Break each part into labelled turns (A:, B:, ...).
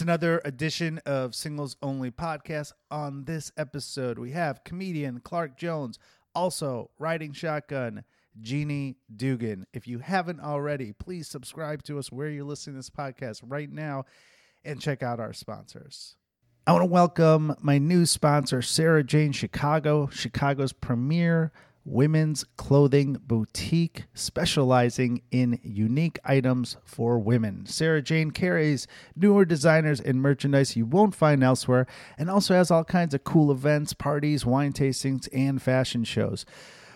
A: another edition of Singles Only Podcast. On this episode, we have comedian Clark Jones, also riding shotgun, Jeannie Dugan. If you haven't already, please subscribe to us where you're listening to this podcast right now and check out our sponsors. I want to welcome my new sponsor, Sarah Jane Chicago, Chicago's premier women's clothing boutique specializing in unique items for women. Sarah Jane carries newer designers and merchandise you won't find elsewhere and also has all kinds of cool events, parties, wine tastings, and fashion shows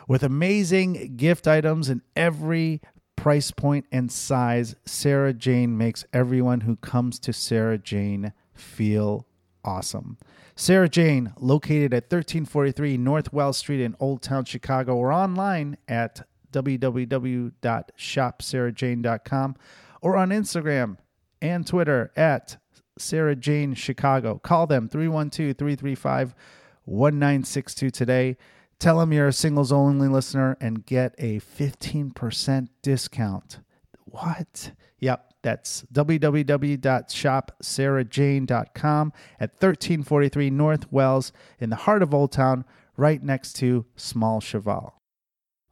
A: with amazing gift items in every price point and size. Sarah Jane makes everyone who comes to Sarah Jane feel awesome. Sarah Jane, located at 1343 North Wells Street in Old Town, Chicago, or online at www.shopsarahjane.com or on Instagram and Twitter at Sarah Jane Chicago. Call them 312 335 1962 today. Tell them you're a singles only listener and get a 15% discount. What? Yep, that's www.shopsarahjane.com at 1343 North Wells in the heart of Old Town, right next to Small Cheval.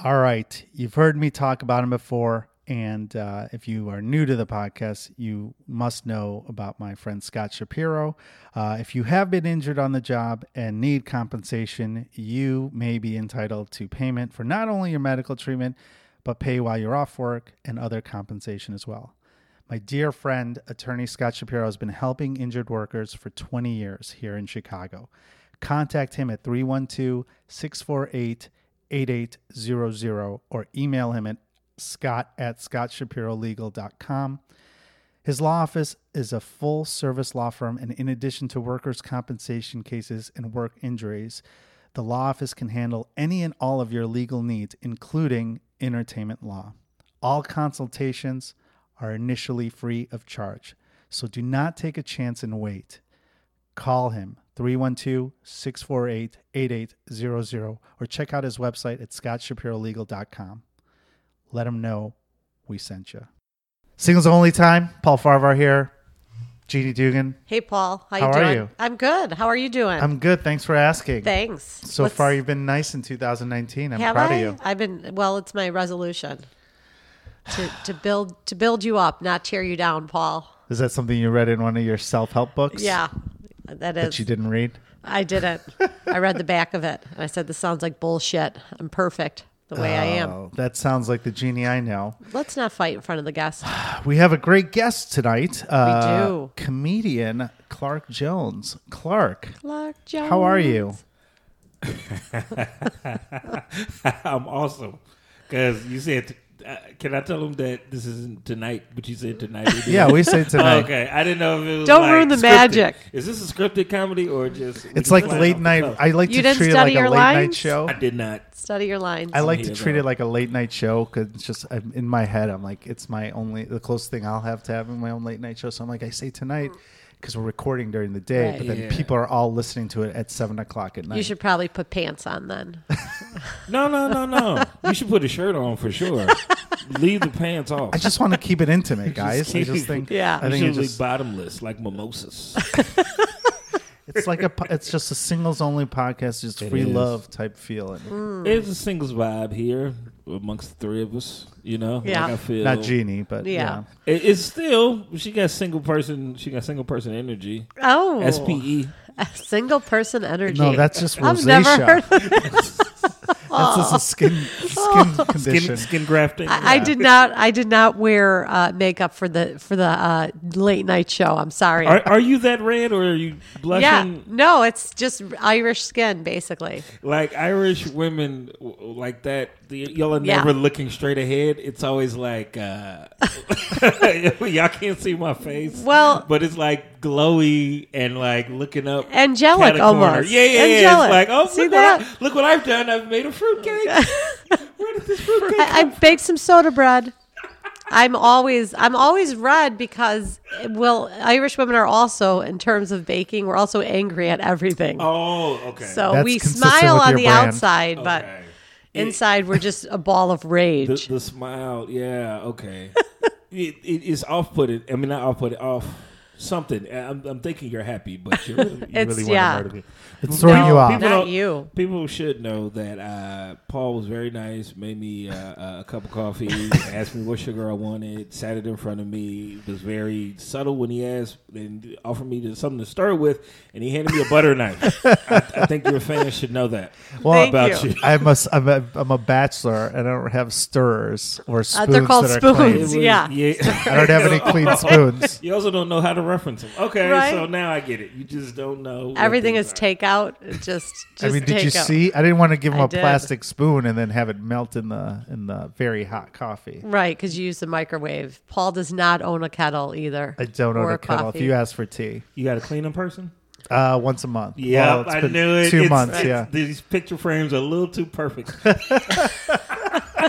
A: All right, you've heard me talk about him before. And uh, if you are new to the podcast, you must know about my friend Scott Shapiro. Uh, if you have been injured on the job and need compensation, you may be entitled to payment for not only your medical treatment, but pay while you're off work and other compensation as well. My dear friend, attorney Scott Shapiro, has been helping injured workers for 20 years here in Chicago. Contact him at 312 648 8800 or email him at scott at scottshapirolegal.com. His law office is a full service law firm, and in addition to workers' compensation cases and work injuries, the law office can handle any and all of your legal needs, including entertainment law. All consultations are initially free of charge, so do not take a chance and wait. Call him 312 648 8800 or check out his website at scottshapirolegal.com. Let him know we sent you. Singles only time. Paul Farvar here. Jeannie Dugan.
B: Hey, Paul. How,
A: How
B: you
A: are
B: doing?
A: you?
B: I'm good. How are you doing?
A: I'm good. Thanks for asking.
B: Thanks.
A: So
B: Let's-
A: far, you've been nice in 2019. I'm
B: have
A: proud
B: I?
A: of you.
B: I've been well. It's my resolution to to build to build you up, not tear you down, Paul.
A: Is that something you read in one of your self help books?
B: Yeah,
A: That
B: that is.
A: you didn't read?
B: I didn't. I read the back of it, and I said, "This sounds like bullshit. I'm perfect the way I am."
A: Oh, that sounds like the genie I know.
B: Let's not fight in front of the guests.
A: We have a great guest tonight. Uh,
B: do.
A: Comedian Clark Jones. Clark,
B: Clark
A: how are
B: Jones.
A: you?
C: I'm awesome. Because you said, uh, can I tell them that this isn't tonight, but you said tonight? it is?
A: Yeah, we say
C: Oh,
A: tonight.
C: okay, I didn't know if it was.
B: Don't
C: like,
B: ruin the
C: scripted.
B: magic.
C: Is this a scripted comedy or just? we
A: It's
C: just
A: like
C: flying
A: late
C: off the
A: night.
C: cuff?
A: I like
B: You
A: to
B: didn't
A: treat it
B: study
A: like a
B: your
A: late night
B: lines?
A: show.
C: I did not.
B: Study your lines.
A: I like
C: Here
A: to
C: we
A: treat
C: go.
A: it like a late night show because it's just I'm, in my head. I'm like, it's my only the closest thing I'll have to having my own late night show. So I'm like, I say
B: Mm.
A: tonight because we're recording during the day,
B: Right.
A: but then
C: Yeah.
A: people are all listening to it at seven o'clock at night.
B: you should probably put pants on then.
C: No, no, no, no. you should put a shirt on for sure. Leave the pants off.
A: I just want to keep it intimate, guys. I
C: keep-
A: just think,
B: Yeah.
A: I
C: you
A: think
C: should
A: it's
C: look
A: just
C: bottomless like mimosas.
A: it's like a po- it's just a singles only podcast, just free
C: is.
A: love type feeling.
B: Mm.
C: It's a singles vibe here amongst the three of us. You know,
B: Yeah.
C: Like I feel
A: Not Jeannie, but yeah.
B: Yeah.
C: It, it's still she got single person. She got single person energy. E.
B: Oh,
C: SPE.
B: single person energy.
A: No, that's just
B: I've
A: rosacea.
B: never heard
A: That's just a skin
B: Oh.
A: skin condition.
C: Skin, skin grafting.
B: I, I did not. I did not wear uh, makeup for the for the uh, late night show. I'm sorry.
C: Are, are you that red or are you
B: yeah,
C: blushing?
B: no, it's just Irish skin, basically.
C: Like Irish women w- w- like that, the, y'all are
B: Yeah.
C: never looking straight ahead. It's always like, uh, y'all can't see my face.
B: Well-
C: but it's like glowy and like looking up.
B: Angelic
C: catty corner.
B: almost.
C: Yeah, yeah, yeah.
B: Angelic.
C: It's like, oh,
B: See
C: look,
B: that?
C: What I, look what I've done. I've made a fruitcake. Where did this fruitcake come
B: I, I baked some soda bread. I'm always I'm always red because well, Irish women are also in terms of baking. We're also angry at everything.
C: Oh, okay.
B: so
A: That's
B: we
A: consistent
B: smile
A: with
B: on
A: your
B: the
A: brand.
B: outside, but
C: Okay.
B: inside we're just a ball of rage.
C: the, the smile, yeah, okay. it, it, it's off putting. I mean, not off putting, off something. I'm, I'm thinking you're happy, but you're really, you
B: It's-
C: really
B: yeah.
C: want to murder me.
A: It's throwing you off.
C: People
B: Not
C: don't-
B: you.
C: People should know that uh, Paul was very nice. Made me uh, uh, a cup of coffee. asked me what sugar I wanted. Sat it in front of me. Was very subtle when he asked and offered me to- something to stir with. And he handed me a butter knife. I, I think your fans should know that
A: Well,
B: Thank
C: about you.
B: you.
A: I'm a, I'm a I'm a bachelor and I don't have stirrers or spoons.
B: Uh, they're called
A: that are clean.
B: spoons. Yeah.
A: I don't have any clean spoons.
C: You also don't know how to reference them. Okay,
B: Right.
C: so now I get it. You just don't know. what
B: Everything
C: things
B: is
C: are.
B: takeout. It Just, just
A: I mean, did you
B: takeout.
A: see? I didn't want to give him
B: I
A: a
B: did.
A: plastic spoon and then have it melt in the in the very hot coffee.
B: Right, because you use the microwave. Paul does not own a kettle either.
A: I don't
B: or
A: own a kettle. If
B: coffee.
A: you ask for tea,
C: You got a clean in person.
A: uh, once a month.
C: Yeah,
A: Well, it's
C: I
A: been
C: knew it.
A: Two
C: It's-
A: months.
C: it's-
A: yeah.
C: these picture frames are a little too perfect.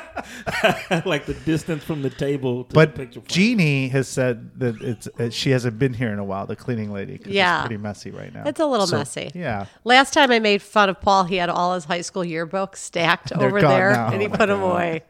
C: like the distance from the table to the picture frame.
A: But Jeannie has said that it's that she hasn't been here in a while. The cleaning lady. 'cause
B: Yeah.
A: It's pretty messy right now.
B: It's a little messy.
A: Yeah.
B: Last time I made fun of Paul, he had all his high school yearbooks stacked
A: They're
B: over
A: gone
B: there,
A: now.
B: and he
A: Oh
B: put
A: my
B: them away.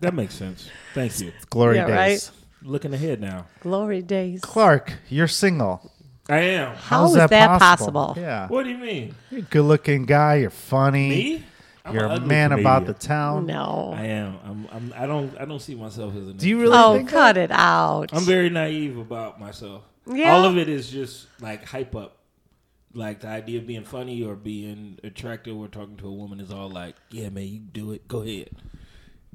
C: that makes sense. Thank you.
A: Glory
B: Yeah,
A: days.
B: right?
C: Looking ahead now,
B: Glory days.
A: Clark, you're single.
C: I am.
B: How
A: How's
B: is that
A: possible?
B: possible?
A: Yeah.
C: What do you mean?
A: You're a good looking guy. You're funny.
C: Me? I'm
A: You're
C: an
A: a
C: ugly
A: man about the
C: comedian.
A: town.
B: No.
C: I am. I'm, I'm. I don't. I don't see myself as a.
A: Do you
C: nigga.
A: really
B: Oh,
A: think that?
B: cut it out.
C: I'm very naive about myself.
B: Yeah.
C: All of it is just like hype up. Like the idea of being funny or being attractive or talking to a woman is all like, yeah, man, you do it. Go ahead.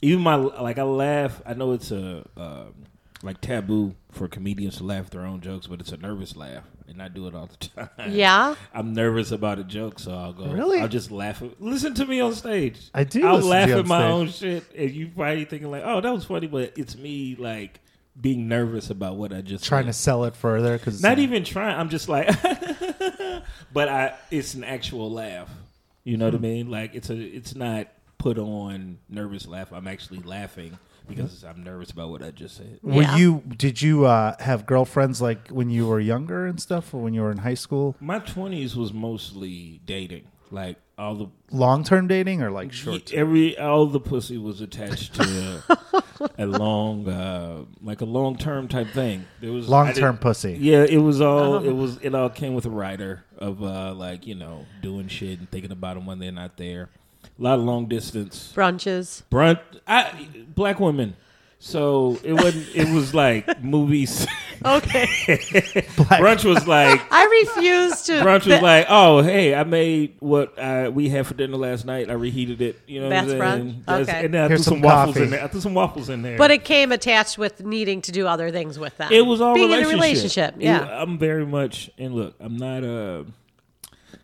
C: Even my like, I laugh. I know it's a um, like taboo for comedians to laugh at their own jokes, but it's a nervous laugh, and I do it all the time.
B: Yeah?
C: I'm nervous about a joke, so I'll go.
A: Really?
C: I'll just laugh. At, listen to me on stage.
A: I do
C: I'll
A: listen to
C: laugh
A: you on
C: at my
A: stage.
C: own shit, and you probably thinking like, "Oh, that was funny," but it's me like being nervous about what I just
A: Trying to
C: said.
A: sell it further because
C: not e- even trying. I'm just like, but I it's an actual laugh. You know what
A: Hmm.
C: I mean? Like it's a it's not put on nervous laugh. I'm actually laughing because I'm nervous about what I just said.
A: Were
B: Yeah.
A: you? Did you uh, have girlfriends like when you were younger and stuff, or when you were in high school?
C: My 20s was mostly dating. Like all the
A: Long term dating or like short?
C: Yeah, Every all the pussy was attached to a, a long, uh, like a long term type thing. There was I
A: Long term
C: didn't-
A: pussy.
C: Yeah, it was all. It was. It all came with a rider of uh, like you know doing shit and thinking about them when they're not there. A lot of long distance
B: Brunches.
C: brunt. I black women. So it wasn't. It was like movies.
B: Okay.
C: Brunch was like
B: I refuse to.
C: brunch was
B: th-
C: like, oh, hey, I made what uh, we had for dinner last night. I reheated it. You know, what I'm
B: That's
C: saying?
B: brunch?
C: That's-
B: Okay.
C: And then I
A: Here's
C: threw some,
A: some
C: waffles
A: coffee.
C: in there. I threw some waffles in there.
B: but it came attached with needing to do other things with them.
C: it was all
B: being
C: relationship.
B: in a relationship.
C: It-
B: Yeah.
C: I'm very much and look, I'm not a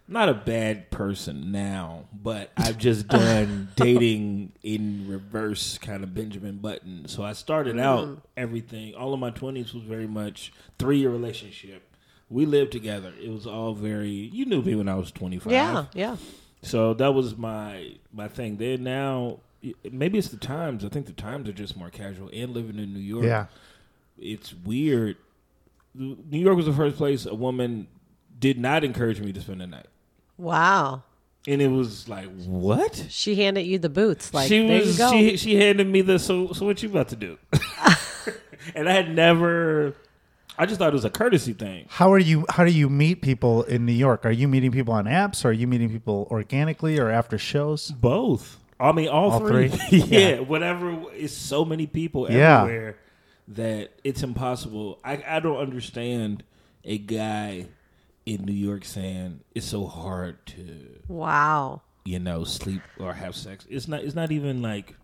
C: not a bad person now, but I've just done dating in reverse kind of Benjamin Button. So I
B: Mm.
C: started out everything. All of my 20s was very much 3-year relationship. We lived together. It was all very you knew me when I was 25.
B: yeah. Yeah.
C: So that was my my thing. There now, maybe it's the times. I think the times are just more casual. And living in New York,
A: Yeah.
C: it's weird. New York was the first place a woman did not encourage me to spend the night,
B: Wow.
C: and it was like what.
B: She handed you the boots. Like,
C: she
B: there
C: was
B: you go.
C: she she handed me the so so what you about to do, and I had never. I just thought it was a courtesy thing.
A: How are you? How do you meet people in New York? Are you meeting people on apps? Or are you meeting people organically or after shows?
C: Both. I mean, all,
A: All
C: three.
A: three?
C: yeah. whatever. It's so many people
A: Yeah.
C: everywhere that it's impossible. I, I don't understand a guy in New York saying it's so hard to
B: wow.
C: you know sleep or have sex. It's not. It's not even like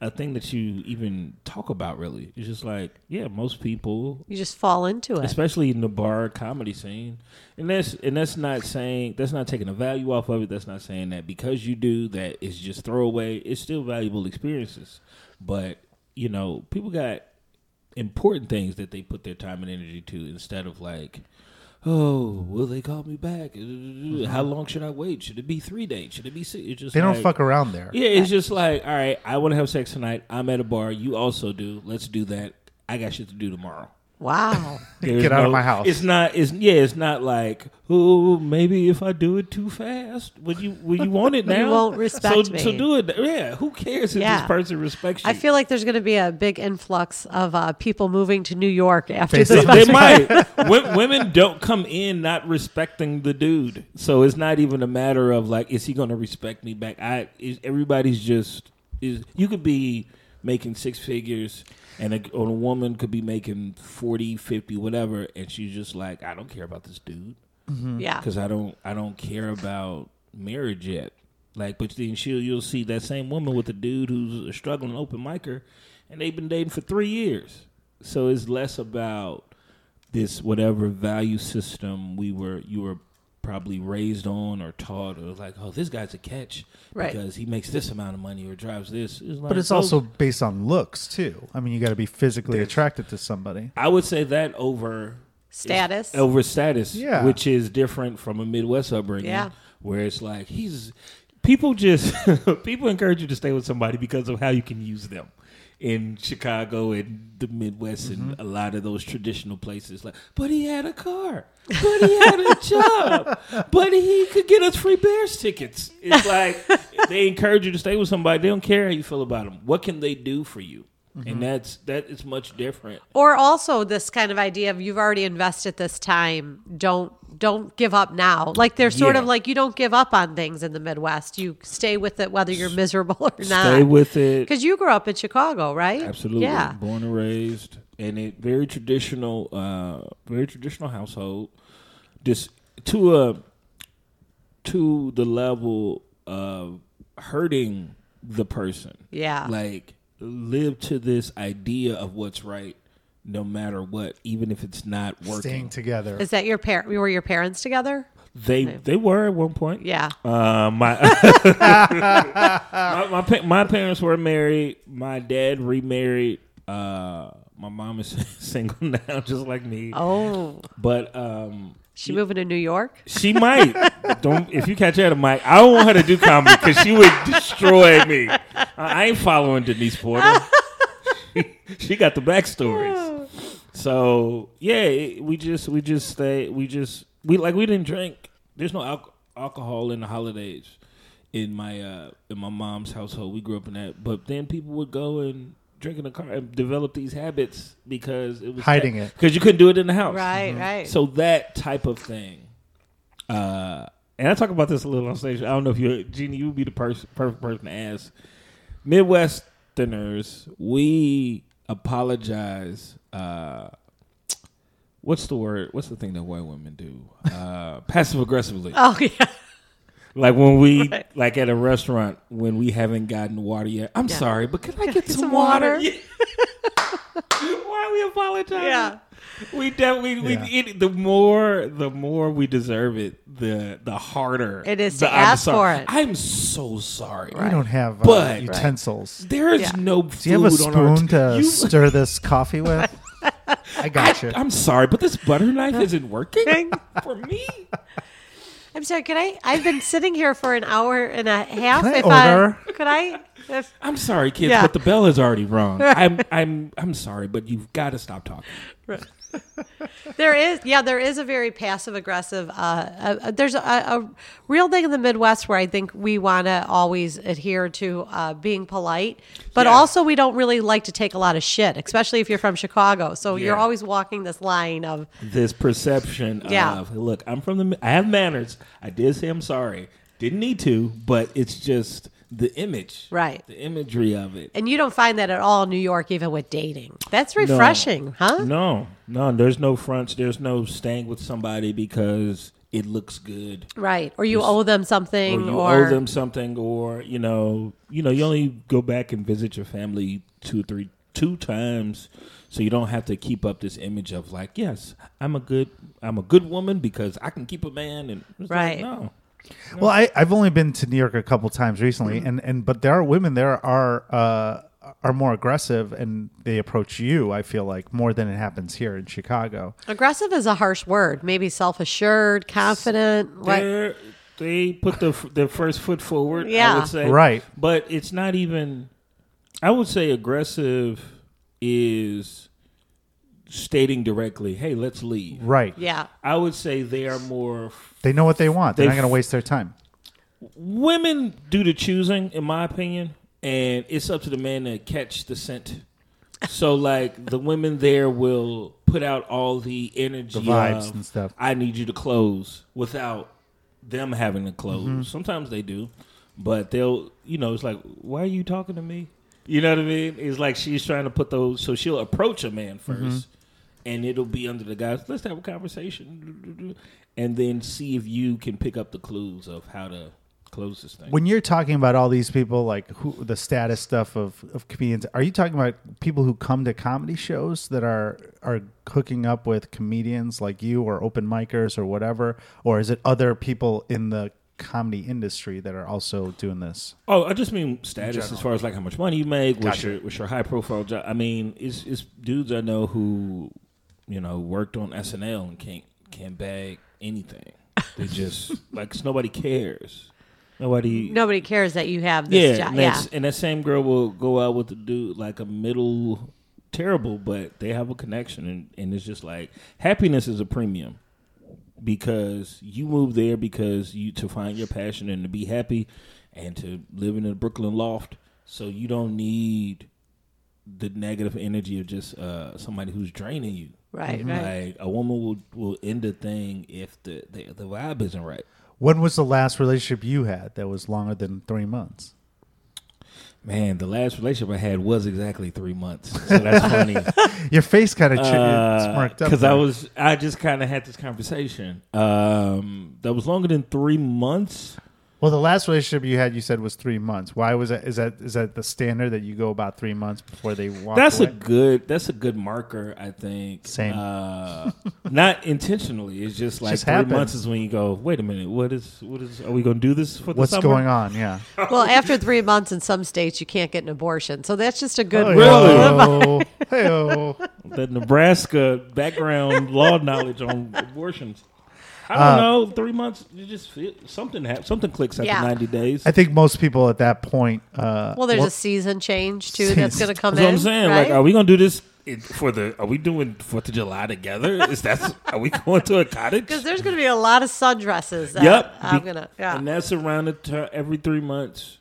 C: a thing that you even talk about. Really, it's just like yeah, most people
B: You just fall into it.
C: especially in the bar comedy scene. And that's and that's not saying that's not taking the value off of it. That's not saying that because you do that it's just throwaway. It's still valuable experiences, but you know people got important things that they put their time and energy to instead of like. Oh, will they call me back? How long should I wait? Should it be three days? Should it be six? It's just
A: They don't
C: like-
A: fuck around there.
C: yeah, it's just like, all right, I want to have sex tonight. I'm at a bar. You also do. Let's do that. I got shit to do tomorrow.
B: Wow.
C: There's
A: Get out of
C: no-
A: my house.
C: It's not. It's yeah. It's not like oh maybe if I do it too fast, would you would you want it
B: You
C: now?
B: won't respect
C: so,
B: me.
C: So do it. Yeah. Who cares if
B: Yeah.
C: this person respects you?
B: I feel like there's going to be a big influx of uh, people moving to New York after
A: Face
B: this.
A: it.
C: they
B: festival.
C: might. Wo- women don't come in not respecting the dude, so it's not even a matter of like, is he going to respect me back? I is, everybody's just is. You could be making six figures, and a, or a woman could be making 40, 50, whatever, and she's just like, I don't care about this dude
B: Yeah.
C: because I don't, I don't care about marriage yet. Like, but then she'll you'll see that same woman with a dude who's a struggling open micer, and they've been dating for three years. So it's less about this whatever value system we were you were probably raised on or taught or like oh this guy's a catch
B: Right.
C: because he makes this amount of money or drives this It's like,
A: But it's
C: oh,
A: also based on looks too. I mean, you got to be physically attracted to somebody.
C: I would say that over
B: Status.
C: over status,
A: Yeah.
C: which is different from a Midwest upbringing,
B: Yeah.
C: where it's like he's people just people encourage you to stay with somebody because of how you can use them in Chicago and the Midwest and a lot of those traditional places. Like, but he had a car, but he had a job, but he could get us free Bears tickets. It's like they encourage you to stay with somebody. They don't care how you feel about them. What can they do for you? And that's that is much different.
B: Or also this kind of idea of you've already invested this time. Don't don't give up now. Like they're sort
C: Yeah.
B: of like you don't give up on things in the Midwest. You stay with it whether you're miserable or not.
C: Stay with it.
B: Because you grew up in Chicago, right?
C: Absolutely.
B: Yeah.
C: Born and raised in a very traditional, uh, very traditional household. Just to a to the level of hurting the person.
B: Yeah.
C: Like live to this idea of what's right, no matter what, even if it's not working.
A: Staying together.
B: Is that your parent? Were your parents together?
C: They they were at one point.
B: Yeah.
C: Uh, my, my my pa- my parents were married. My dad remarried. Uh, my mom is single now, just like me.
B: Oh,
C: But um,
B: she moving to New York?
C: she might. Don't if you catch her at a mic. I don't want her to do comedy because she would destroy me. I, I ain't following Denise Porter. she got the backstories. So yeah, it- we just we just stay we just we like we didn't drink. There's no alco- alcohol in the holidays in my uh in my mom's household. We grew up in that, but then people would go and drink in the car and develop these habits because it was
A: Hiding it.
C: because you couldn't do it in the house,
B: Right, right.
C: Mm-hmm. so that type of thing. Uh, and I talk about this a little on stage. I don't know if you, Jeannie, you would be the pers- perfect person to ask. Midwesterners, we apologize. Uh, what's the word? What's the thing that white women do? Uh, passive aggressively.
B: oh yeah.
C: Like when we,
B: Right.
C: like at a restaurant, when we haven't gotten water yet. I'm sorry, but could I get, some,
B: some
C: water?
B: water?
C: Yeah. Why we apologize?
B: Yeah.
C: we definitely
A: Yeah.
C: we it, the more the more we deserve it, the the harder
B: It is
C: the,
B: to
C: I'm
B: ask
C: sorry.
B: for it.
C: I'm so sorry.
A: We don't have uh,
C: But-
A: utensils.
C: There is
B: Yeah.
C: no food
A: Do you have a
C: on our
A: spoon to
C: t- you-
A: stir this coffee with? I got you.
C: I'm sorry, but this butter knife isn't working for me.
B: I'm sorry. Can I? I've been sitting here for an hour and a half.
A: Can I
B: if
A: order?
B: I could I? If,
C: I'm sorry, kids,
B: Yeah.
C: but the bell is already rung. I'm I'm I'm sorry, but you've got to stop talking.
B: there is yeah there is a very passive aggressive uh, uh there's a, a real thing in the midwest where i think we want to always adhere to uh, being polite but
C: Yeah.
B: also we don't really like to take a lot of shit especially if you're from chicago so you're
C: Yeah.
B: always walking this line of
C: this perception
B: Yeah.
C: of look i'm from the i have manners i did say i'm sorry didn't need to but it's just the image
B: Right.
C: the imagery of it
B: and you don't find that at all in new york even with dating that's refreshing huh
C: no no there's no fronts there's no staying with somebody because it looks good
B: right or you owe them
C: or
B: something
C: you
B: or,
C: owe them something or you know you know you only go back and visit your family two or three two times so you don't have to keep up this image of like yes i'm a good i'm a good woman because i can keep a man and it's like,
B: Right.
C: no
A: Well, I, I've only been to New York a couple times recently, and, and but there are women there are uh, are more aggressive, and they approach you. I feel like more than it happens here in Chicago.
B: aggressive is a harsh word maybe self-assured confident like
C: They're, they put the, f- their first foot forward. I
B: Yeah.
C: would say
A: Right.
C: but it's not even. I would say aggressive is stating directly, "Hey, let's leave."
A: Right.
B: Yeah.
C: I would say they are more
A: They know what they want. They're
C: They
A: not going to
C: f-
A: waste their time.
C: women do the choosing, in my opinion, and it's up to the man to catch the scent. So, like, the women there will put out all the energy,
A: The vibes
C: of,
A: and stuff.
C: I need you to close without them having to close. Sometimes they do, but they'll, you know, it's like, why are you talking to me? You know what I mean? It's like she's trying to put those, so she'll approach a man 1st and it'll be under the guise, let's have a conversation, and then see if you can pick up the clues of how to close this thing.
A: When you're talking about all these people, like who, the status stuff of, of comedians, are you talking about people who come to comedy shows that are are hooking up with comedians like you or open micers or whatever, or is it other people in the comedy industry that are also doing this?
C: Oh, I just mean status as far as like how much money you make, what's
A: Gotcha.
C: your what's your high profile job. I mean, it's it's dudes I know who, you know, worked on SNL and can't can bag anything. They just like 'cause nobody cares. Nobody
B: Nobody cares that you have
C: yeah,
B: this job.
C: and,
B: Yeah.
C: that's- and that same girl will go out with a dude like a middle terrible, but they have a connection, and, and it's just like happiness is a premium because you move there because you to find your passion and to be happy and to live in a Brooklyn loft, so you don't need the negative energy of just uh, somebody who's draining you. Mm-hmm.
B: Right, right.
C: Like a woman will will end a thing if the the, the vibe isn't right.
A: When was the last relationship you had that was longer than three months?
C: Man, the last relationship I had was exactly three months. So that's funny.
A: Your face kind of smirked up
C: Because Uh, I
A: there.
C: was, I just kind of had this conversation um, that was longer than three months.
A: Well, the last relationship you had, you said was three months. Why was that? Is that is that the standard that you go about three months before they walk?
C: That's a
A: away?
C: good. That's a good marker, I think.
A: Same.
C: Uh, not intentionally. It's just like
A: just
C: three
A: happened.
C: months is when you go. Wait a minute. What is? What is? Are we going to do this for the
A: what's
C: summer?
A: going on. Yeah,
B: Well, after three months in some states, you can't get an abortion. So that's just a good
C: Oh,
A: Really? Hey-oh.
C: The Nebraska background law knowledge on abortions. I don't
A: Uh,
C: know. Three months. You just feel something. Hap- something clicks after
B: Yeah.
C: ninety days.
A: I think most people at that point. Uh,
B: Well, there's
A: well,
B: a season change too that's going to come
C: That's what
B: in.
C: I'm saying.
B: right?
C: Like, are we gonna do this in- for the? Are we doing Fourth of July together? Is that? are we going to a cottage?
B: Because there's going to be a lot of sundresses. That
C: Yep.
B: I'm
C: Be-
B: gonna. Yeah.
C: And that's around the tur- every three months.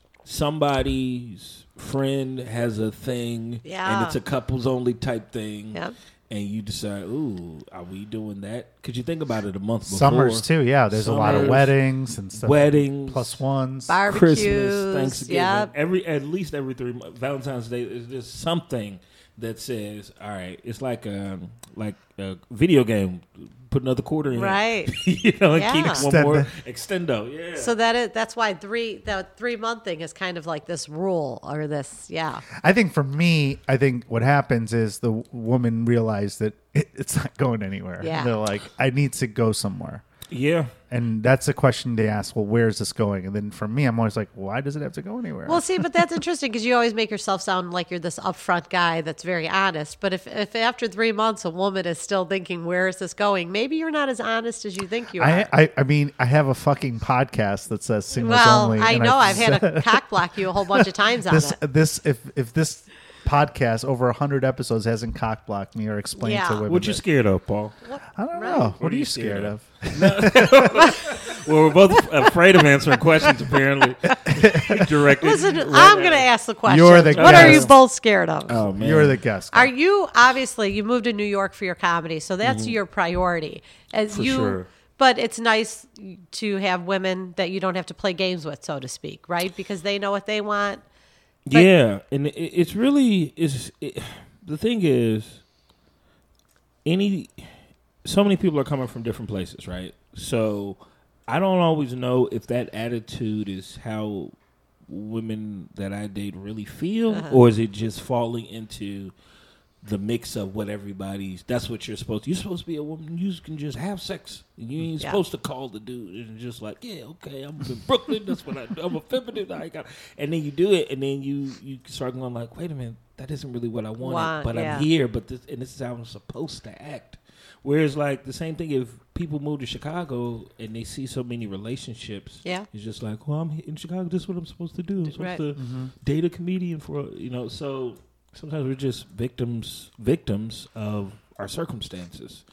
C: Somebody's friend has a thing,
B: Yeah.
C: and it's a couples only type thing.
B: Yep.
C: And you decide, ooh, are we doing that? Because you think about it a month before.
A: summers too. Yeah, there's a lot of
C: Summers,
A: weddings and stuff.
C: Weddings.
A: plus ones.
B: Barbecues.
C: Christmas, Thanksgiving,
B: Yep.
C: every at least every three mo- Valentine's Day is just something that says, "All right, it's like a like a video game, put another quarter in,
B: Right.
C: you know, and keep
B: Yeah.
C: it one more extendo, yeah."
B: So that is that's why three that three month thing is kind of like this rule or this yeah
A: I think for me, I think what happens is the woman realized that it, it's not going anywhere.
B: Yeah.
A: They're like, I need to go somewhere.
C: yeah,
A: And that's a question they ask. Well, where is this going? And then for me, I'm always like, why does it have to go anywhere?
B: well see but that's interesting because you always make yourself sound like you're this upfront guy that's very honest but if if after three months a woman is still thinking where is this going maybe you're not as honest as you think you are
A: I, I I mean, I have a fucking podcast that says singles
B: well
A: only.
B: I
A: and
B: know
A: I've
B: I've had a cock block you a whole bunch of times on
A: this
B: it
A: this if if this podcast over hundred episodes hasn't cockblocked me or explained
B: Yeah.
A: to women.
C: what you
A: that-
C: scared of, Paul?
A: I don't know. What,
C: What
A: are you scared of?
C: Well, we're both afraid of answering questions, apparently. Directly,
B: Listen, I'm going to ask the question.
A: You're the
B: what are you
A: guest.
B: both scared of?
C: Oh man,
A: You're the guest.
B: Are you obviously you moved to New York for your comedy, so that's
A: Mm-hmm.
B: your priority. As
C: For
B: you
C: sure.
B: but it's nice to have women that you don't have to play games with, so to speak, right? Because they know what they want. But-
C: yeah, and it, it's really is it, the thing is any so many people are coming from different places, right? So I don't always know if that attitude is how women that I date really feel, or is it just falling into the mix of what everybody's that's what you're supposed to you're supposed to be a woman you can just have sex you ain't
B: Yeah.
C: supposed to call the dude and just like yeah okay i'm in brooklyn that's what i do i'm a feminine i got and then you do it and then you you start going like wait a minute that isn't really what i wanted
B: Why?
C: but
B: Yeah.
C: i'm here but this and this is how i'm supposed to act whereas like the same thing if people move to chicago and they see so many relationships
B: Yeah.
C: it's just like well i'm in chicago this is what i'm supposed to do i'm supposed
B: Right.
C: to
A: Mm-hmm.
C: date a comedian for you know so sometimes we're just victims victims of our circumstances.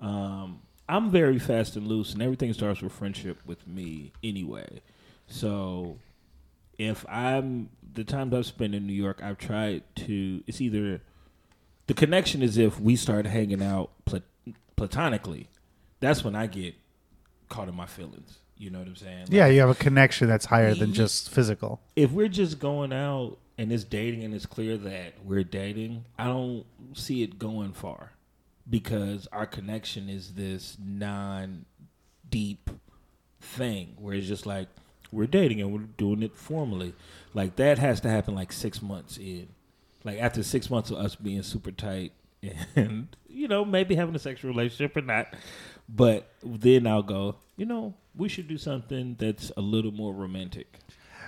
C: Um, I'm very fast and loose, and everything starts with friendship with me anyway. So if I'm the times I've spent in New York, I've tried to. It's either the connection is if we start hanging out plat- platonically. That's when I get caught in my feelings. You know what I'm saying? Like,
A: yeah, you have a connection that's higher than just physical.
C: if we're just going out and it's dating and it's clear that we're dating, I don't see it going far because our connection is this non deep thing where it's just like we're dating and we're doing it formally. Like that has to happen like six months in. Like after six months of us being super tight and, you know, maybe having a sexual relationship or not. But then I'll go, you know, we should do something that's a little more romantic.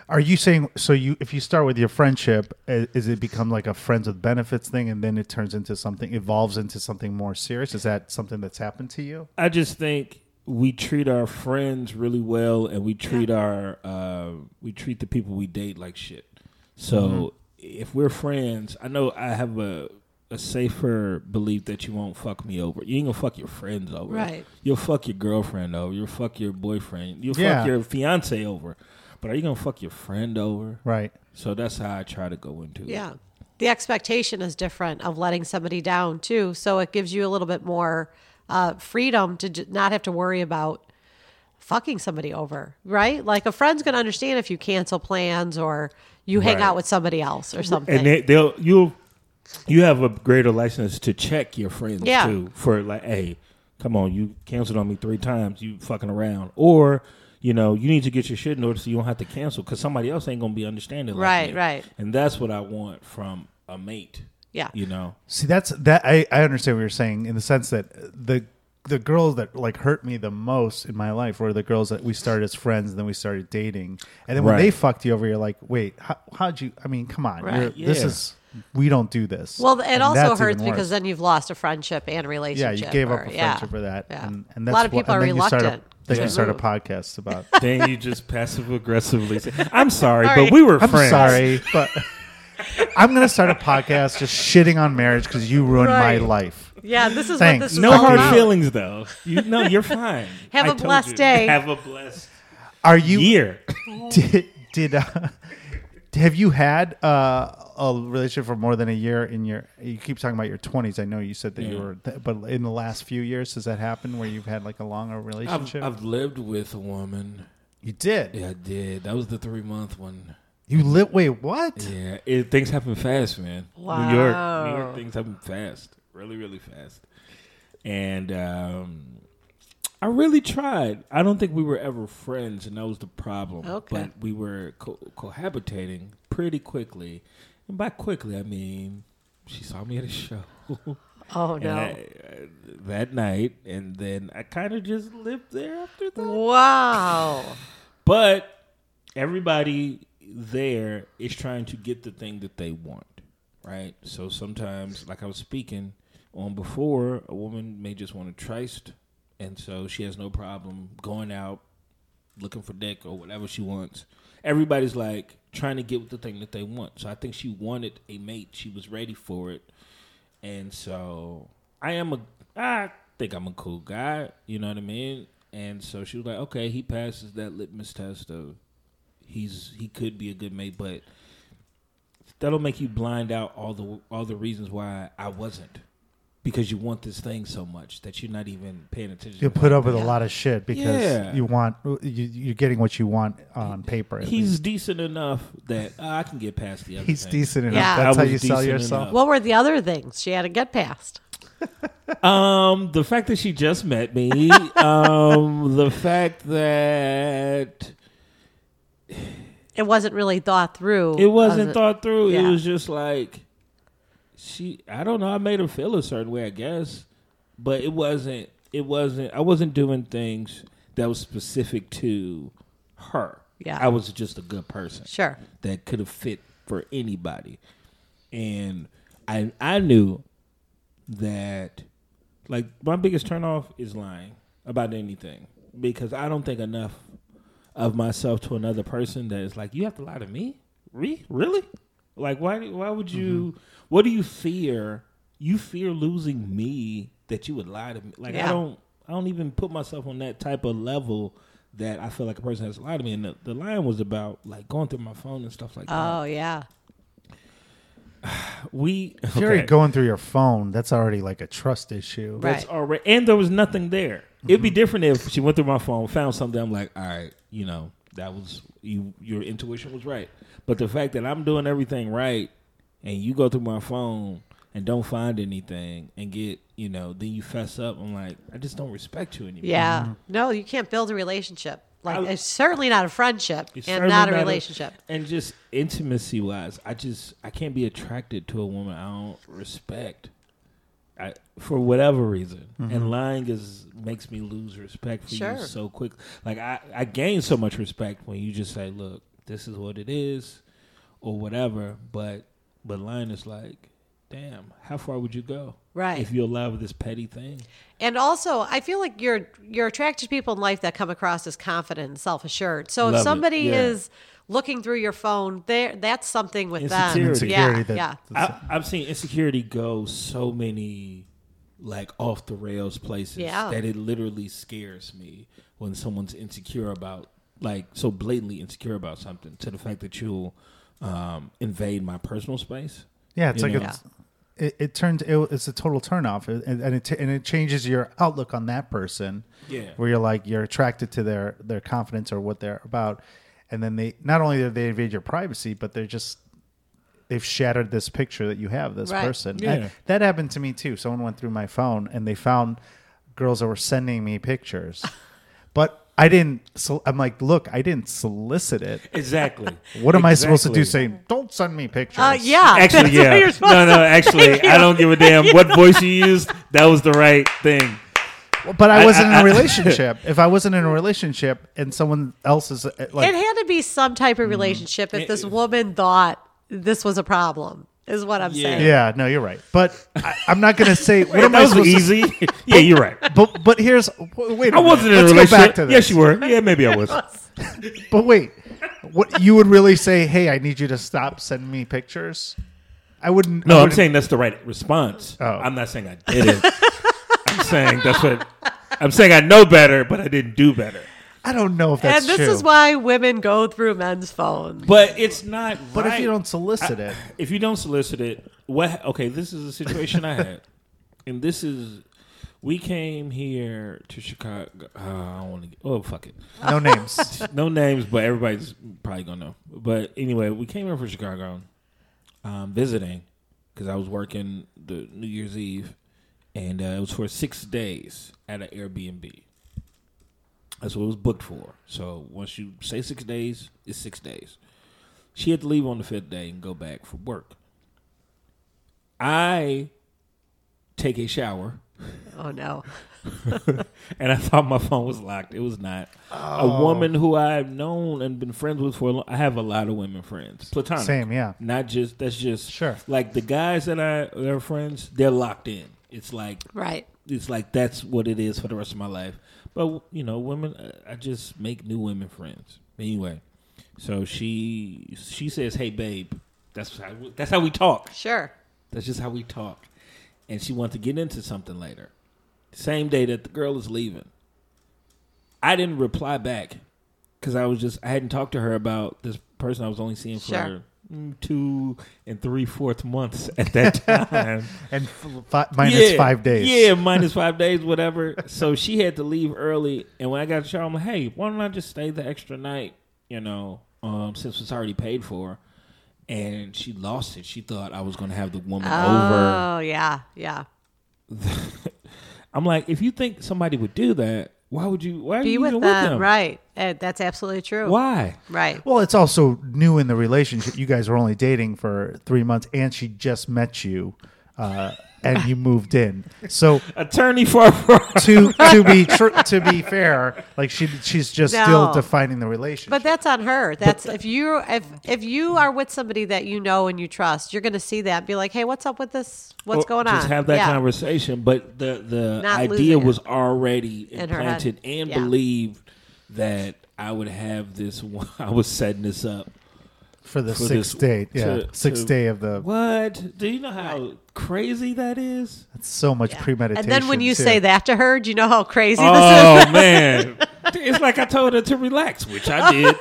A: Are you saying so? You if you start with your friendship, i- is it become like a friends with benefits thing, and then it turns into something evolves into something more serious? Is that something that's happened to you?
C: I just think we treat our friends really well, and we treat our uh, we treat the people we date like shit. So
B: Mm-hmm.
C: if we're friends, I know I have a a safer belief that you won't fuck me over. You ain't gonna fuck your friends over.
B: Right.
C: You'll fuck your girlfriend over. You'll fuck your boyfriend. You'll
A: Yeah.
C: fuck your fiance over. But are you gonna fuck your friend over?
A: Right.
C: So that's how I try to go into it.
B: Yeah. The expectation is different of letting somebody down too. So it gives you a little bit more uh, freedom to j- not have to worry about fucking somebody over, right? Like a friend's going to understand if you cancel plans or you hang
C: Right.
B: out with somebody else or something.
C: and they, they'll you you have a greater license to check your friends
B: Yeah.
C: too for like hey come on you canceled on me three times you fucking around or you know you need to get your shit in order so you don't have to cancel because somebody else ain't gonna be understanding like
B: Right,
C: me.
B: right.
C: and that's what i want from a mate
B: Yeah.
C: you know
A: See, that's that. I I understand what you're saying in the sense that the the girls that like hurt me the most in my life were the girls that we started as friends and then we started dating and then when
C: Right.
A: they fucked you over you're like wait how, how'd you i mean come on you're,
B: Right.
A: this
C: Yeah.
A: is we don't do this
B: well, it
A: And
B: also
A: that's
B: hurts
A: even worse.
B: because then you've lost a friendship and
A: yeah
B: relationship.
A: you gave up
B: or-
A: a friendship
B: yeah.
A: for that
B: Yeah.
A: and, and that's
B: a lot of
A: why-
B: people are
A: and then you start a-
B: reluctant.
A: then
B: to
A: you start a
B: move.
A: podcast about
C: then you just passive aggressively say i'm sorry
B: Sorry.
C: but we were
A: I'm
C: friends
A: sorry, but I'm gonna start a podcast just shitting on marriage because you ruined
B: Right.
A: my life.
B: Yeah, this is
A: Thanks.
B: what this is
C: no
B: all
C: hard
B: about.
C: feelings though you no you're fine
B: Have
C: a
B: a blessed day.
C: have a blessed
A: Are you
C: year
A: did, did uh, have you had uh, a relationship for more than a year in your? You keep talking about your 20s. I know you said that you
C: Yeah.
A: were, but in the last few years, has that happened where you've had like a longer
C: I've,
A: relationship?
C: I've lived with a woman
A: you did.
C: Yeah, I did. That was the three month one.
A: You lit. Wait, what?
C: Yeah, it, things happen fast, man. New York, New York,
B: Wow.
C: things happen fast, really, really fast. And um, I really tried. I don't think we were ever friends, and that was the problem.
B: Okay.
C: but we were co- cohabitating pretty quickly, and by quickly I mean she saw me at a show.
B: Oh,
C: And
B: no.
C: I- I- that night, and then I kind of just lived there after that.
B: wow.
C: But everybody there is trying to get the thing that they want, right? So sometimes, like I was speaking on before, a woman may just want a tryst, and so she has no problem going out looking for dick or whatever she wants. Everybody's like trying to get the thing that they want. So I think she wanted a mate. She was ready for it. And so I am a I think I'm a cool guy, you know what I mean? And so she was like, Okay, he passes that litmus test of he's he could be a good mate, but that'll make you blind out all the all the reasons why I wasn't. Because you want this thing so much that you're not even paying attention.
A: You
C: to
A: put up with a lot of shit because
C: Yeah.
A: you want you, you're getting what you want on paper. at least.
C: He's decent enough that uh, I can get past the other.
A: He's
C: thing.
A: decent enough.
B: Yeah.
A: That's
C: I
A: how
C: was
A: you sell
C: decent
A: yourself.
C: enough.
B: What were the other things she had to get past?
C: Um, the fact that she just met me. um, the fact that
B: It wasn't really thought through.
C: it wasn't
B: was
C: thought through. It
B: Yeah.
C: was just like she. I don't know. I made her feel a certain way, I guess, but it wasn't. It wasn't. I wasn't doing things that was specific to her.
B: Yeah.
C: I was just a good person.
B: Sure.
C: that could have fit for anybody. And I I knew that like my biggest turnoff is lying about anything because I don't think enough of myself to another person that is like you have to lie to me? Re- really? Like why why would you what do you fear you fear losing me that you would lie to me. Like I
B: Yeah.
C: don't I don't even put myself on that type of level that I feel like a person has lied to me. And the, the line was about like going through my phone and stuff like
B: Oh yeah.
C: that. We
A: If you're already
C: Okay.
A: going through your phone, that's already like a trust issue.
B: Right.
C: That's already and there was nothing there. It'd be different if she went through my phone, found something. I'm like, all right, you know, that was you. Your intuition was right. But the fact that I'm doing everything right, and you go through my phone and don't find anything, and get you know, then you fess up. I'm like, I just don't respect you anymore.
B: Yeah. No, you can't build a relationship. Like
C: I-
B: it's certainly not a friendship
C: It's
B: and
C: certainly
B: not a relationship.
C: and just intimacy wise, I just I can't be attracted to a woman I don't respect. I, for whatever reason, and lying is makes me lose respect for
B: Sure.
C: you so quick. Like I, I gain so much respect when you just say, "Look, this is what it is," or whatever. But but lying is like, damn, how far would you go?
B: Right.
C: If you allow this petty thing,
B: And also, I feel like you're you're attracted to people in life that come across as confident and self assured. So
C: Love
B: if
C: it.
B: somebody
C: Yeah.
B: is looking through your phone, there that's something with them.
C: Insecurity.
A: Insecurity
B: Yeah,
A: that-
B: yeah.
C: I, I've seen insecurity go so many like off the rails places
B: Yeah.
C: that it literally scares me when someone's insecure about like so blatantly insecure about something to the fact that you'll um, invade my personal space.
A: Yeah, it's
C: You
A: like
C: know?
A: it's, it, it turns it, it's a total turnoff, and, and it and it changes your outlook on that person.
C: Yeah.
A: where you're like you're attracted to their their confidence or what they're about, and then they not only do they invade your privacy, but they're just they've shattered this picture that you have of this
B: Right.
A: person.
C: Yeah.
A: That, that happened to me too. Someone went through my phone and they found girls that were sending me pictures, but. I didn't. So I'm like, look, I didn't solicit it.
C: Exactly.
A: What am I supposed to do?
C: Exactly.
A: Saying, don't send me pictures.
B: Uh, yeah.
C: Actually,
B: That's what
C: yeah.
B: you're supposed
C: No, no.
B: to-
C: Actually, I don't give a damn what voice you used. That was the right thing.
A: But I wasn't in
C: I-
A: a relationship. if I wasn't in a relationship and someone else is uh, like,
B: it had to be some type of relationship if this woman thought this was a problem, is what I'm saying.
A: yeah, no, you're right. But I, I'm not going to say what
C: That
A: am I
C: was
A: supposed to.
C: easy. yeah, you're right.
A: But but here's wait. I
C: I wasn't in
A: Let's
C: a
A: Go back
C: relationship.
A: to this.
C: Yes, you were. Yeah, maybe I was.
A: But wait, what you would really say? Hey, I need you to stop sending me pictures. I wouldn't. I
C: No, I'm
A: wouldn't-
C: saying that's the right response. I'm not saying I did it. I'm saying that's what I'm saying. I know better, but I didn't do better.
A: I don't know if that's
B: And this
A: true.
B: is why women go through men's phones.
C: But it's not.
A: but if
C: right.
A: you don't solicit it,
C: if you don't solicit it, what? Okay, this is a situation I had, and this is we came here to Chicago. Uh, I don't want to. Oh fuck it.
A: no names.
C: no names, but everybody's probably gonna know. But anyway, we came here from Chicago, um, visiting because I was working the New Year's Eve, and uh, it was for six days at an Airbnb. That's what it was booked for. So once you say six days, it's six days. She had to leave on the fifth day and go back for work. I take a shower
B: Oh no.
C: and I thought my phone was locked. It was not.
A: Oh.
C: A woman who I've known and been friends with for a long I have a lot of women friends. Platonic.
A: Same, yeah.
C: Not just that's just
A: Sure.
C: Like the guys that I they're friends, they're locked in. It's like
B: Right.
C: it's like that's what it is for the rest of my life. But you know, women, I- I just make new women friends. Anyway, so she she says, "Hey, babe," that's how, that's how we talk.
B: Sure.
C: That's just how we talk. And she wanted to get into something later. Same day that the girl is leaving. I didn't reply back because I was just, I hadn't talked to her about this person I was only seeing for
B: Sure.
C: mm, two and three fourth months at that time.
A: And f- fi- minus five days.
C: Yeah, minus five days, whatever. So she had to leave early, and when I got to shower, I'm like, hey, why don't I just stay the extra night? You know, um, since it's already paid for. And she lost it. She thought I was going to have the woman over.
B: Oh yeah. Yeah.
C: I'm like, if you think somebody would do that, why would you? Why are
B: Be
C: you
B: with
C: even
B: them.
C: with them?
B: Right. Uh, that's absolutely true.
C: Why?
B: Right.
A: Well, it's also new in the relationship. You guys were only dating for three months, and she just met you, uh, and you moved in. So
C: Attorney for
A: to to be tr- to be fair, like she she's just
B: No.
A: still defining the relationship.
B: But that's on her. That's if you if if you are with somebody that you know and you trust, you're going to see that and be like, "Hey, what's up with this? What's
C: Or
B: going on?"
C: Just have that
B: yeah.
C: conversation. But the the
B: Not
C: idea
B: losing it.
C: was already
B: In her head.
C: implanted and
B: Yeah.
C: believed that I would have this. one- I was setting this up
A: for the
C: For
A: sixth
C: this-
A: day.
C: to-
A: Yeah, sixth
C: to-
A: day of the.
C: What? Do you know how crazy that is?
A: That's so much premeditation.
B: And then when you
A: too.
B: say that to her, do you know how crazy this
C: Oh man, it's like I told her to relax, which I did.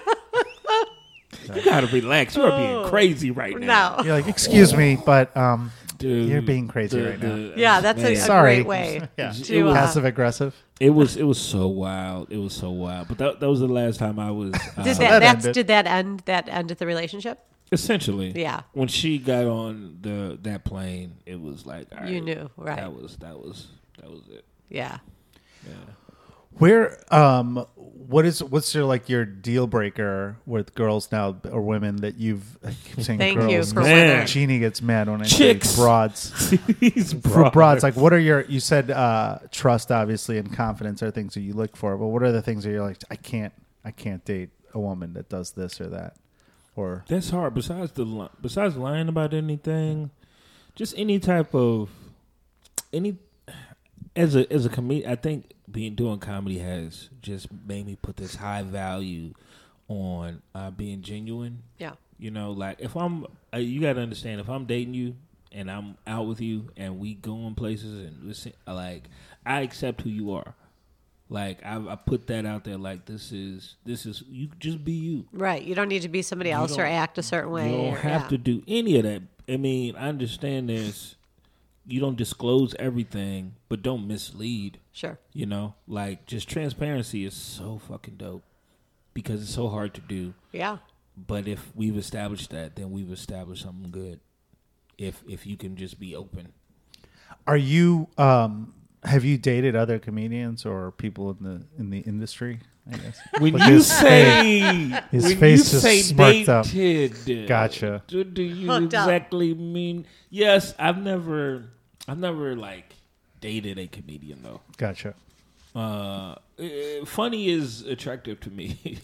C: you gotta relax. You are being crazy right
B: is?
C: now.
B: Oh. No.
A: you're like, excuse me, but um,
C: Dude,
A: You're being crazy right now.
B: Yeah, that's a, a
C: Man.
A: Sorry.
B: great way.
A: yeah,
B: To, uh,
A: passive aggressive.
C: It was it was so wild. It was so wild. But that, that was the last time I was uh,
B: Did
A: that
B: that, that's,
A: ended.
B: did that end? That ended the relationship.
C: essentially.
B: Yeah.
C: When she got on the that plane, it was like all
B: You knew, right.
C: That was that was that was it.
B: Yeah.
A: Where um, what is what's your like your deal breaker with girls now or women that you've I keep saying
B: Thank you
A: girls.
B: for
A: because
C: Man.
A: Jeannie gets mad when I
C: Chicks.
A: say broads.
C: He's
A: For broads, like what are your? You said uh, trust, obviously, and confidence are things that you look for. But what are the things that you're like? I can't, I can't date a woman that does this or that, or
C: That's hard. Besides the li- besides lying about anything, just any type of any as a as a comedian, I think being doing comedy has just made me put this high value on uh, being genuine.
B: Yeah.
C: You know, like if I'm, uh, you got to understand, if I'm dating you and I'm out with you and we going places and listen, uh, like I accept who you are. Like I, I put that out there. Like this is this is you just be you.
B: Right. You don't need to be somebody else or
C: don't-
B: act a certain way.
C: You don't
B: or-
C: have
B: yeah.
C: to do any of that. I mean, I understand there's you don't disclose everything, but don't mislead.
B: Sure.
C: You know, like just transparency is so fucking dope because it's so hard to do.
B: Yeah.
C: But if we've established that, then we've established something good. If if you can just be open,
A: are you? Um, have you dated other comedians or people in the in the industry? I guess.
C: when
A: Look at
C: you
A: his
C: say
A: His
C: when
A: face
C: you
A: just
C: say
A: smirked up.
C: dated,
A: Gotcha.
C: What do you
B: Hooked up.
C: exactly mean? Yes, I've never, I've never like dated a comedian though.
A: Gotcha.
C: uh, uh, funny is attractive to me.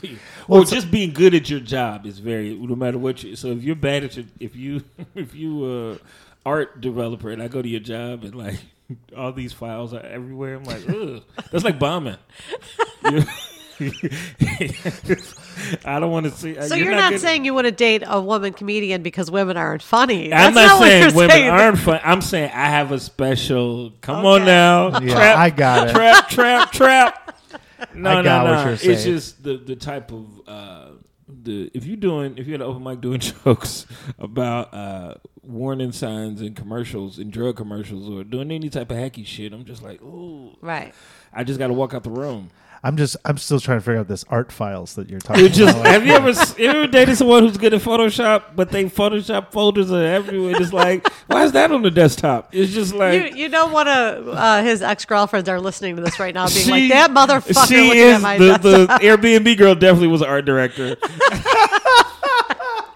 A: Well,
C: well,
A: it's-
C: just being good at your job is very no matter what. You, so if you're bad at your if you if you uh, art developer and I go to your job and like all these files are everywhere, I'm like, ugh, that's like bombing. You- I don't want to see. uh,
B: So you're, not,
C: good-
B: saying you want to date a woman comedian because women aren't funny.
C: I'm
B: That's
C: not,
B: what
C: saying
B: you're
C: women
B: saying.
C: aren't fun. I'm saying I have a special. Come on
B: Okay.
C: now,
A: Yeah,
C: trap,
A: I got it.
C: trap, trap, trap. No,
A: I got
C: no,
A: what
C: no.
A: you're
C: It's
A: saying.
C: just the the type of uh, the if you're doing if you're at an open mic doing jokes about uh, warning signs and commercials and drug commercials or doing any type of hacky shit, I'm just like, ooh,
B: Right.
C: I just got to walk out the room.
A: I'm just, I'm still trying to figure out this art files that you're talking.
C: You just
A: about.
C: have you ever s- you ever dated someone who's good at Photoshop, but they Photoshop folders are everywhere. It's like, why is that on the desktop? It's just like
B: You, you know one of uh, his ex girlfriends are listening to this right now, being
C: She-
B: like, "That motherfucker
C: she
B: looking
C: is
B: at my
C: the,
B: desk."
C: the Airbnb girl. Definitely was an art director,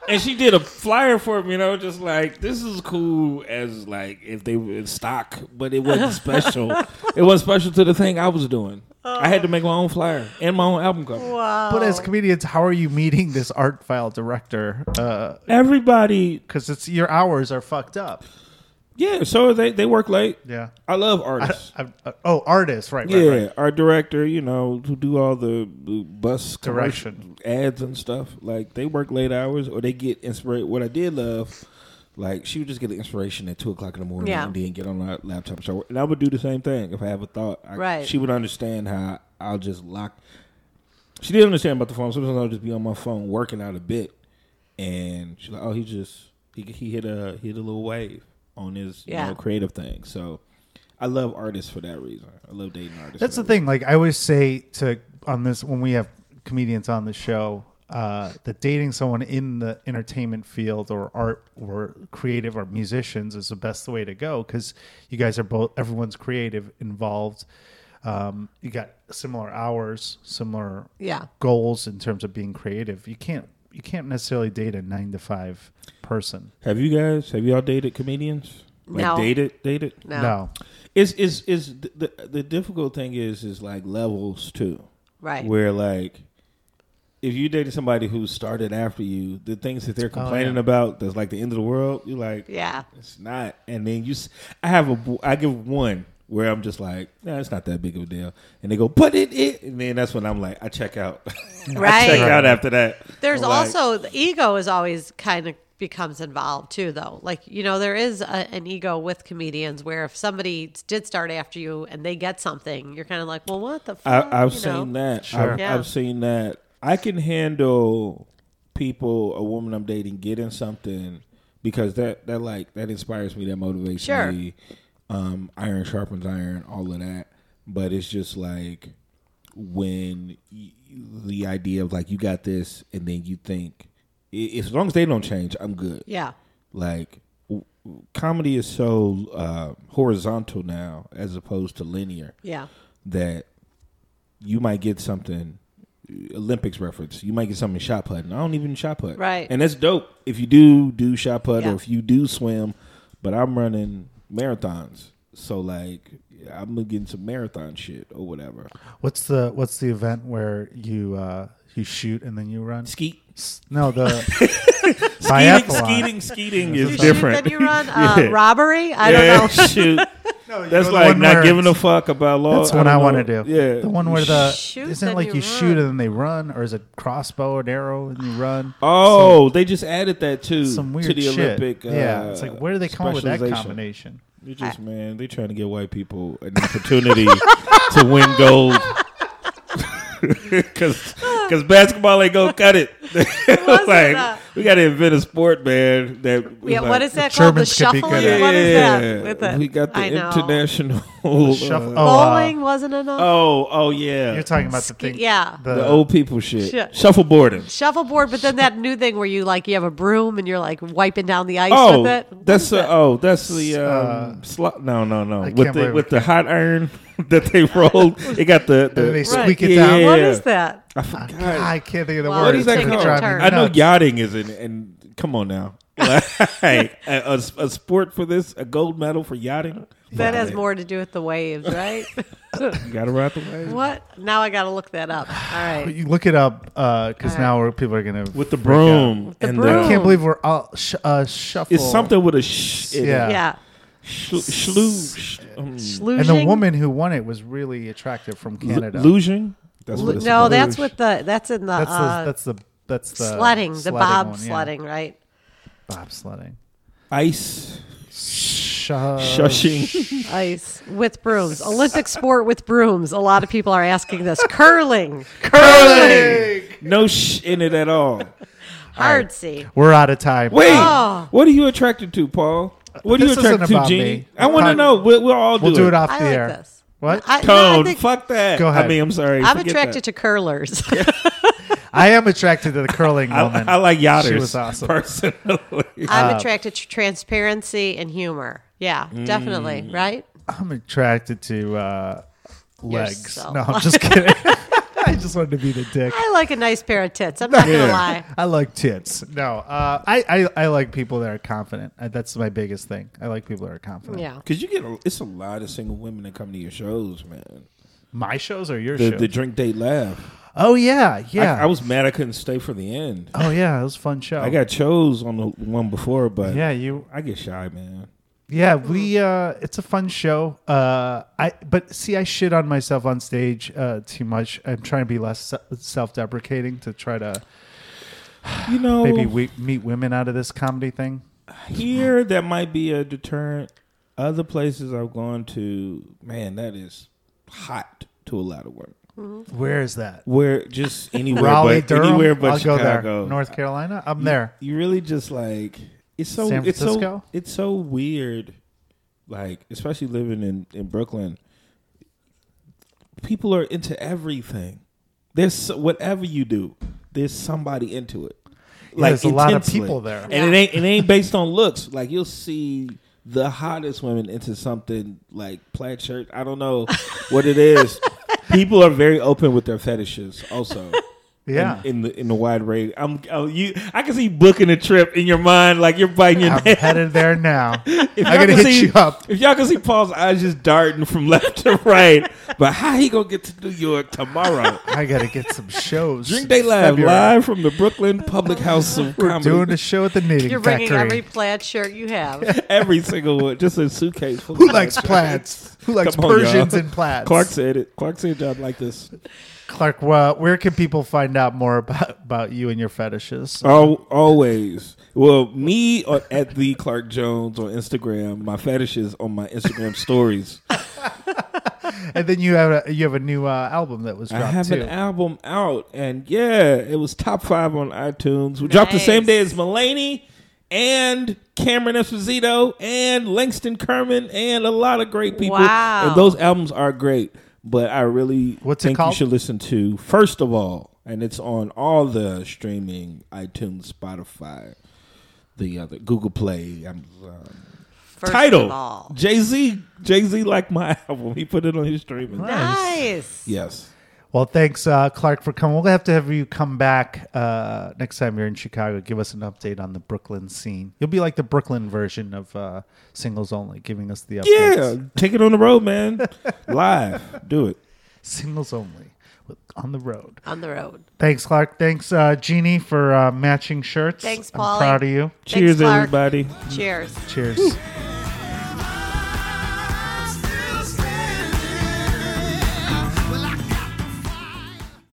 C: and she did a flyer for me. And I was just like, "This is cool." As like if they were in stock, but it wasn't special. it wasn't special to the thing I was doing. I had to make my own flyer and my own album cover.
B: Wow.
A: But as comedians, how are you meeting this art file director? Because
C: Everybody,
A: it's your hours are fucked up.
C: yeah. So they they work late.
A: Yeah.
C: I love artists.
A: I, I, oh, artists, right? Right,
C: yeah,
A: right.
C: our director, you know, who do all the, the bus commercial
A: Direction.
C: ads and stuff. Like they work late hours, or they get inspired. What I did love, like she would just get the inspiration at two o'clock in the morning,
B: Yeah.
C: and then get on her laptop. So, and I would do the same thing if I have a thought. I,
B: Right.
C: She would understand how I'll just lock. She didn't understand about the phone. Sometimes I'll just be on my phone working out a bit, and she's like, "Oh, he just he he hit a he hit a little wave on his
B: Yeah.
C: you know, creative thing." So. I love artists for that reason. I love dating artists.
A: That's
C: for
A: the
C: that
A: thing. Like I always say to on this when we have comedians on the show, uh, that dating someone in the entertainment field or art or creative or musicians is the best way to go because you guys are both everyone's creative involved. Um, you got similar hours, similar
B: Yeah.
A: goals in terms of being creative. You can't you can't necessarily date a nine to five person.
C: Have you guys? Have y'all dated comedians? Like
B: No.
C: dated, dated.
B: no.
A: no.
C: It's is is the, the the difficult thing is is like levels too,
B: Right.
C: where like if you dated somebody who started after you, the things that they're complaining about that's like the end of the world. You're like,
B: Yeah.
C: it's not. And then you, s- I have a, I give one where I'm just like, nah, it's not that big of a deal. And they go, but it, it, and then that's when I'm like, I check out. I check
B: Right.
C: out after that.
B: There's
C: I'm like,
B: also the ego is always kind of becomes involved too, though. Like you know, there is a, an ego with comedians where if somebody did start after you and they get something, you're kind of like, well, what the? Fuck?
C: I, I've
B: you
C: seen
B: know?
C: that.
A: Sure.
C: I've,
B: Yeah.
C: I've seen that. I can handle people, a woman I'm dating, getting something because that that like that inspires me. That motivates
B: Sure.
C: me. Um, iron sharpens iron. All of that. But it's just like when y- the idea of like you got this, and then you think, "I- as long as they don't change, I'm good
B: Yeah,
C: like w- w- comedy is so uh, horizontal now as opposed to linear
B: yeah,
C: that you might get something Olympics reference. You might get something shot putting. I don't even shot put.
B: Right.
C: And that's dope if you do do shot put
B: Yeah.
C: or if you do swim. But I'm running marathons, so like I'm getting some marathon shit or whatever.
A: What's the What's the event where you uh, you shoot and then you run?
C: Skeet.
A: S- No, the
C: Skeeting,
A: biathlon.
C: skeeting, skeeting is
B: you
C: different.
B: shoot then you run uh,
C: Yeah.
B: robbery. I
C: yeah,
B: don't know.
C: shoot.
A: you
C: That's
A: know, the
C: like
A: one
C: not
A: where
C: giving a
A: it's-
C: fuck about law.
A: That's what
C: Oh, don't
A: I
C: know.
A: want to do.
C: Yeah,
A: the one where the
B: Shoot,
A: isn't it
B: then
A: like you,
B: you
A: shoot
B: run.
A: and then they run, or is it crossbow and arrow and you run?
C: Oh, they just added that too
A: Some weird
C: to the
A: shit.
C: Olympic. Uh,
A: yeah, it's like where do they come up with that
C: specialization.
A: combination?
C: They just man, they trying to give white people an opportunity to win gold. Cause, 'cause basketball ain't gonna cut it. like
B: a-
C: we gotta invent a sport, man. That was
B: Yeah,
C: like,
B: what is that
A: Germans could
B: called?
A: be
B: The
A: good
B: shuffling.
A: at it.
B: What is
C: yeah,
B: that? With it?
C: we got the
B: I know.
C: international
A: Shuffle-
C: uh,
A: oh, uh,
B: Bowling wasn't enough.
C: oh, oh yeah.
A: you're talking about the
B: Ski-
A: thing.
B: yeah.
A: the,
C: the old people shit.
B: Shit.
C: Shuffleboarding.
B: Shuffleboard, but then that new thing where you like you have a broom and you're like wiping down the ice
C: Oh,
B: with it. What
C: that's
B: is
C: the,
B: that?
C: oh, that's the um,
A: Uh,
C: slot. No, no, no.
A: can't
C: With the
A: believe
C: with
A: it.
C: the hot iron that they rolled, it got the. the
A: they squeak
C: Right.
A: it down.
C: Yeah.
B: What is that?
C: I forgot.
A: God, I can't think of the
B: Wow,
A: word.
C: what is
B: It's
C: that
B: taking a
C: called?
B: turn.
C: I know
A: Nuts.
C: yachting is in, and come on now, like a, a, a sport for this, a gold medal for yachting.
B: That has more to do with the waves, right?
C: You gotta ride the wave
B: what? Now I got to look that up. All right.
A: You look it up because
B: All right.
A: now we're, people are gonna
C: with the
A: freak out.
C: broom
B: the
C: and
A: I
B: broom.
A: can't believe we're all sh- uh, shuffle.
C: It's something with a sh. in it.
A: Yeah.
B: Yeah.
C: Shlu- shlu- sh- um,
B: Sluging?
A: And the woman who won it was really attractive from Canada.
C: lugeing. That's
B: Lu-
C: what it's
B: No,
C: about.
B: that's with the that's in the,
A: that's,
B: uh,
A: the, that's the that's the
B: sledding, the bob
A: one, yeah.
B: sledding, right?
A: Bob sledding.
C: ice
A: Shush.
B: Oh,
C: shushing.
B: Ice with brooms. Olympic sport with brooms. A lot of people are asking this. Curling. Curling.
C: no sh in it at all.
B: Hard C.
A: We're out of time.
C: Wait,
B: Oh.
C: what are you attracted to, Paul? What are
A: This
C: you
A: isn't
C: attracted to,
A: about
C: Jeannie?
A: me.
C: I want to
A: Con-
C: know. We'll, we'll all do
A: we'll
C: it.
A: do it off
B: I
A: the
B: like
A: air.
B: this.
A: What?
B: I, no, I
C: Cone,
B: think
C: fuck that.
A: Go ahead.
C: I mean, I'm sorry.
B: I'm
C: forget
B: attracted
C: that.
B: to curlers.
A: I am attracted to the curling woman.
C: I, I like yachters.
A: She was awesome.
C: Personally,
B: I'm attracted to transparency and humor. Yeah,
C: Mm.
B: definitely. Right?
A: I'm attracted to uh, legs.
B: so-
A: No, I'm just kidding. I just wanted to be the dick.
B: I like a nice pair of tits. I'm not gonna lie.
A: I like tits. No, uh, I, I I like people that are confident. Uh, That's my biggest thing. I like people that are confident.
B: Yeah.
C: because you get a, it's a lot of single women that come to your shows, man.
A: My shows or your
C: The,
A: shows?
C: the drink date laugh.
A: oh yeah, yeah.
C: I, I was mad I couldn't stay for the end.
A: oh yeah, it was a fun show.
C: I got chose on the one before, but
A: yeah, you
C: I get shy, man.
A: Yeah, we uh it's a fun show. Uh I but see I shit on myself on stage uh too much. I'm trying to be less se- self-deprecating to try to
C: You know,
A: maybe we- meet women out of this comedy thing.
C: here that might be a deterrent. Other places I've gone to, man, that is hot to a lot of women.
A: Where is that?
C: Where just anywhere,
A: Raleigh,
C: but
A: Durham.
C: anywhere but
A: I'll go
C: Chicago.
A: there. North Carolina. I'm
C: You-
A: there.
C: You really just like it's so
A: San
C: it's so
A: Francisco?
C: it's so weird. Like especially living in in Brooklyn, people are into everything. There's so, whatever you do, there's somebody into it.
A: there's a lot of
C: intensely.
A: people there.
C: and it ain't it ain't based on looks. Like you'll see the hottest women into something like plaid shirt. I don't know what it is. people are very open with their fetishes. Also,
A: Yeah.
C: in, in the in the wide range. I'm I, you. I can see you booking a trip in your mind, like you're biting your
A: I'm
C: nail.
A: headed there now. I'm
C: If y'all
A: gonna
C: can
A: hit
C: see-
A: you up.
C: If y'all can see Paul's eyes just darting from left to right, but how he gonna get to New York tomorrow?
A: I gotta get some shows.
C: Drink
A: in
C: Day Live
A: February.
C: live from the Brooklyn Public House of
A: We're
C: Comedy.
A: doing a show at the Knitting
B: You're
A: Factory.
B: bringing every plaid shirt you have.
C: every single one, just a suitcase. full
A: Who
C: of
A: likes
C: plaid
A: plaids?
C: shirts.
A: Who likes
C: Come on,
A: Persians
C: y'all.
A: and plaids?
C: Clark said it. Clark said a job like this.
A: Clark, wha- where can people find out more about, about you and your fetishes?
C: Al- always. Well, me on, at the Clark Jones on Instagram. My fetishes on my Instagram stories.
A: And then you have a, you have a new uh, album that was
C: I
A: dropped
C: have
A: too.
C: an album out, and yeah, it was top five on iTunes. We dropped the
B: Nice.
C: same day as Mulaney and Cameron Esposito and Langston Kerman and a lot of great people.
B: Wow.
C: And those albums are great, but I really
A: What's it
C: think
A: called?
C: you should listen to first of all, and it's on all the streaming iTunes, Spotify, the other Google Play. uh, Amazon.
B: First Of
C: Title
B: all.
C: Jay Z Jay Z like my album. He put it on his streaming.
B: Nice.
C: Yes.
A: Well, thanks, uh, Clark, for coming. We'll have to have you come back uh, next time you're in Chicago. Give us an update on the Brooklyn scene. You'll be like the Brooklyn version of uh, Singles Only, giving us the
C: Yeah,
A: updates.
C: take it on the road, man. Live, do it.
A: Singles Only with, on the road.
B: On the road.
A: Thanks, Clark. Thanks, uh, Jeannie, for uh, matching shirts.
B: Thanks,
A: I'm
B: Paulie.
A: proud of you.
B: Thanks,
C: Cheers,
B: Clark.
C: everybody.
B: Cheers.
A: Cheers.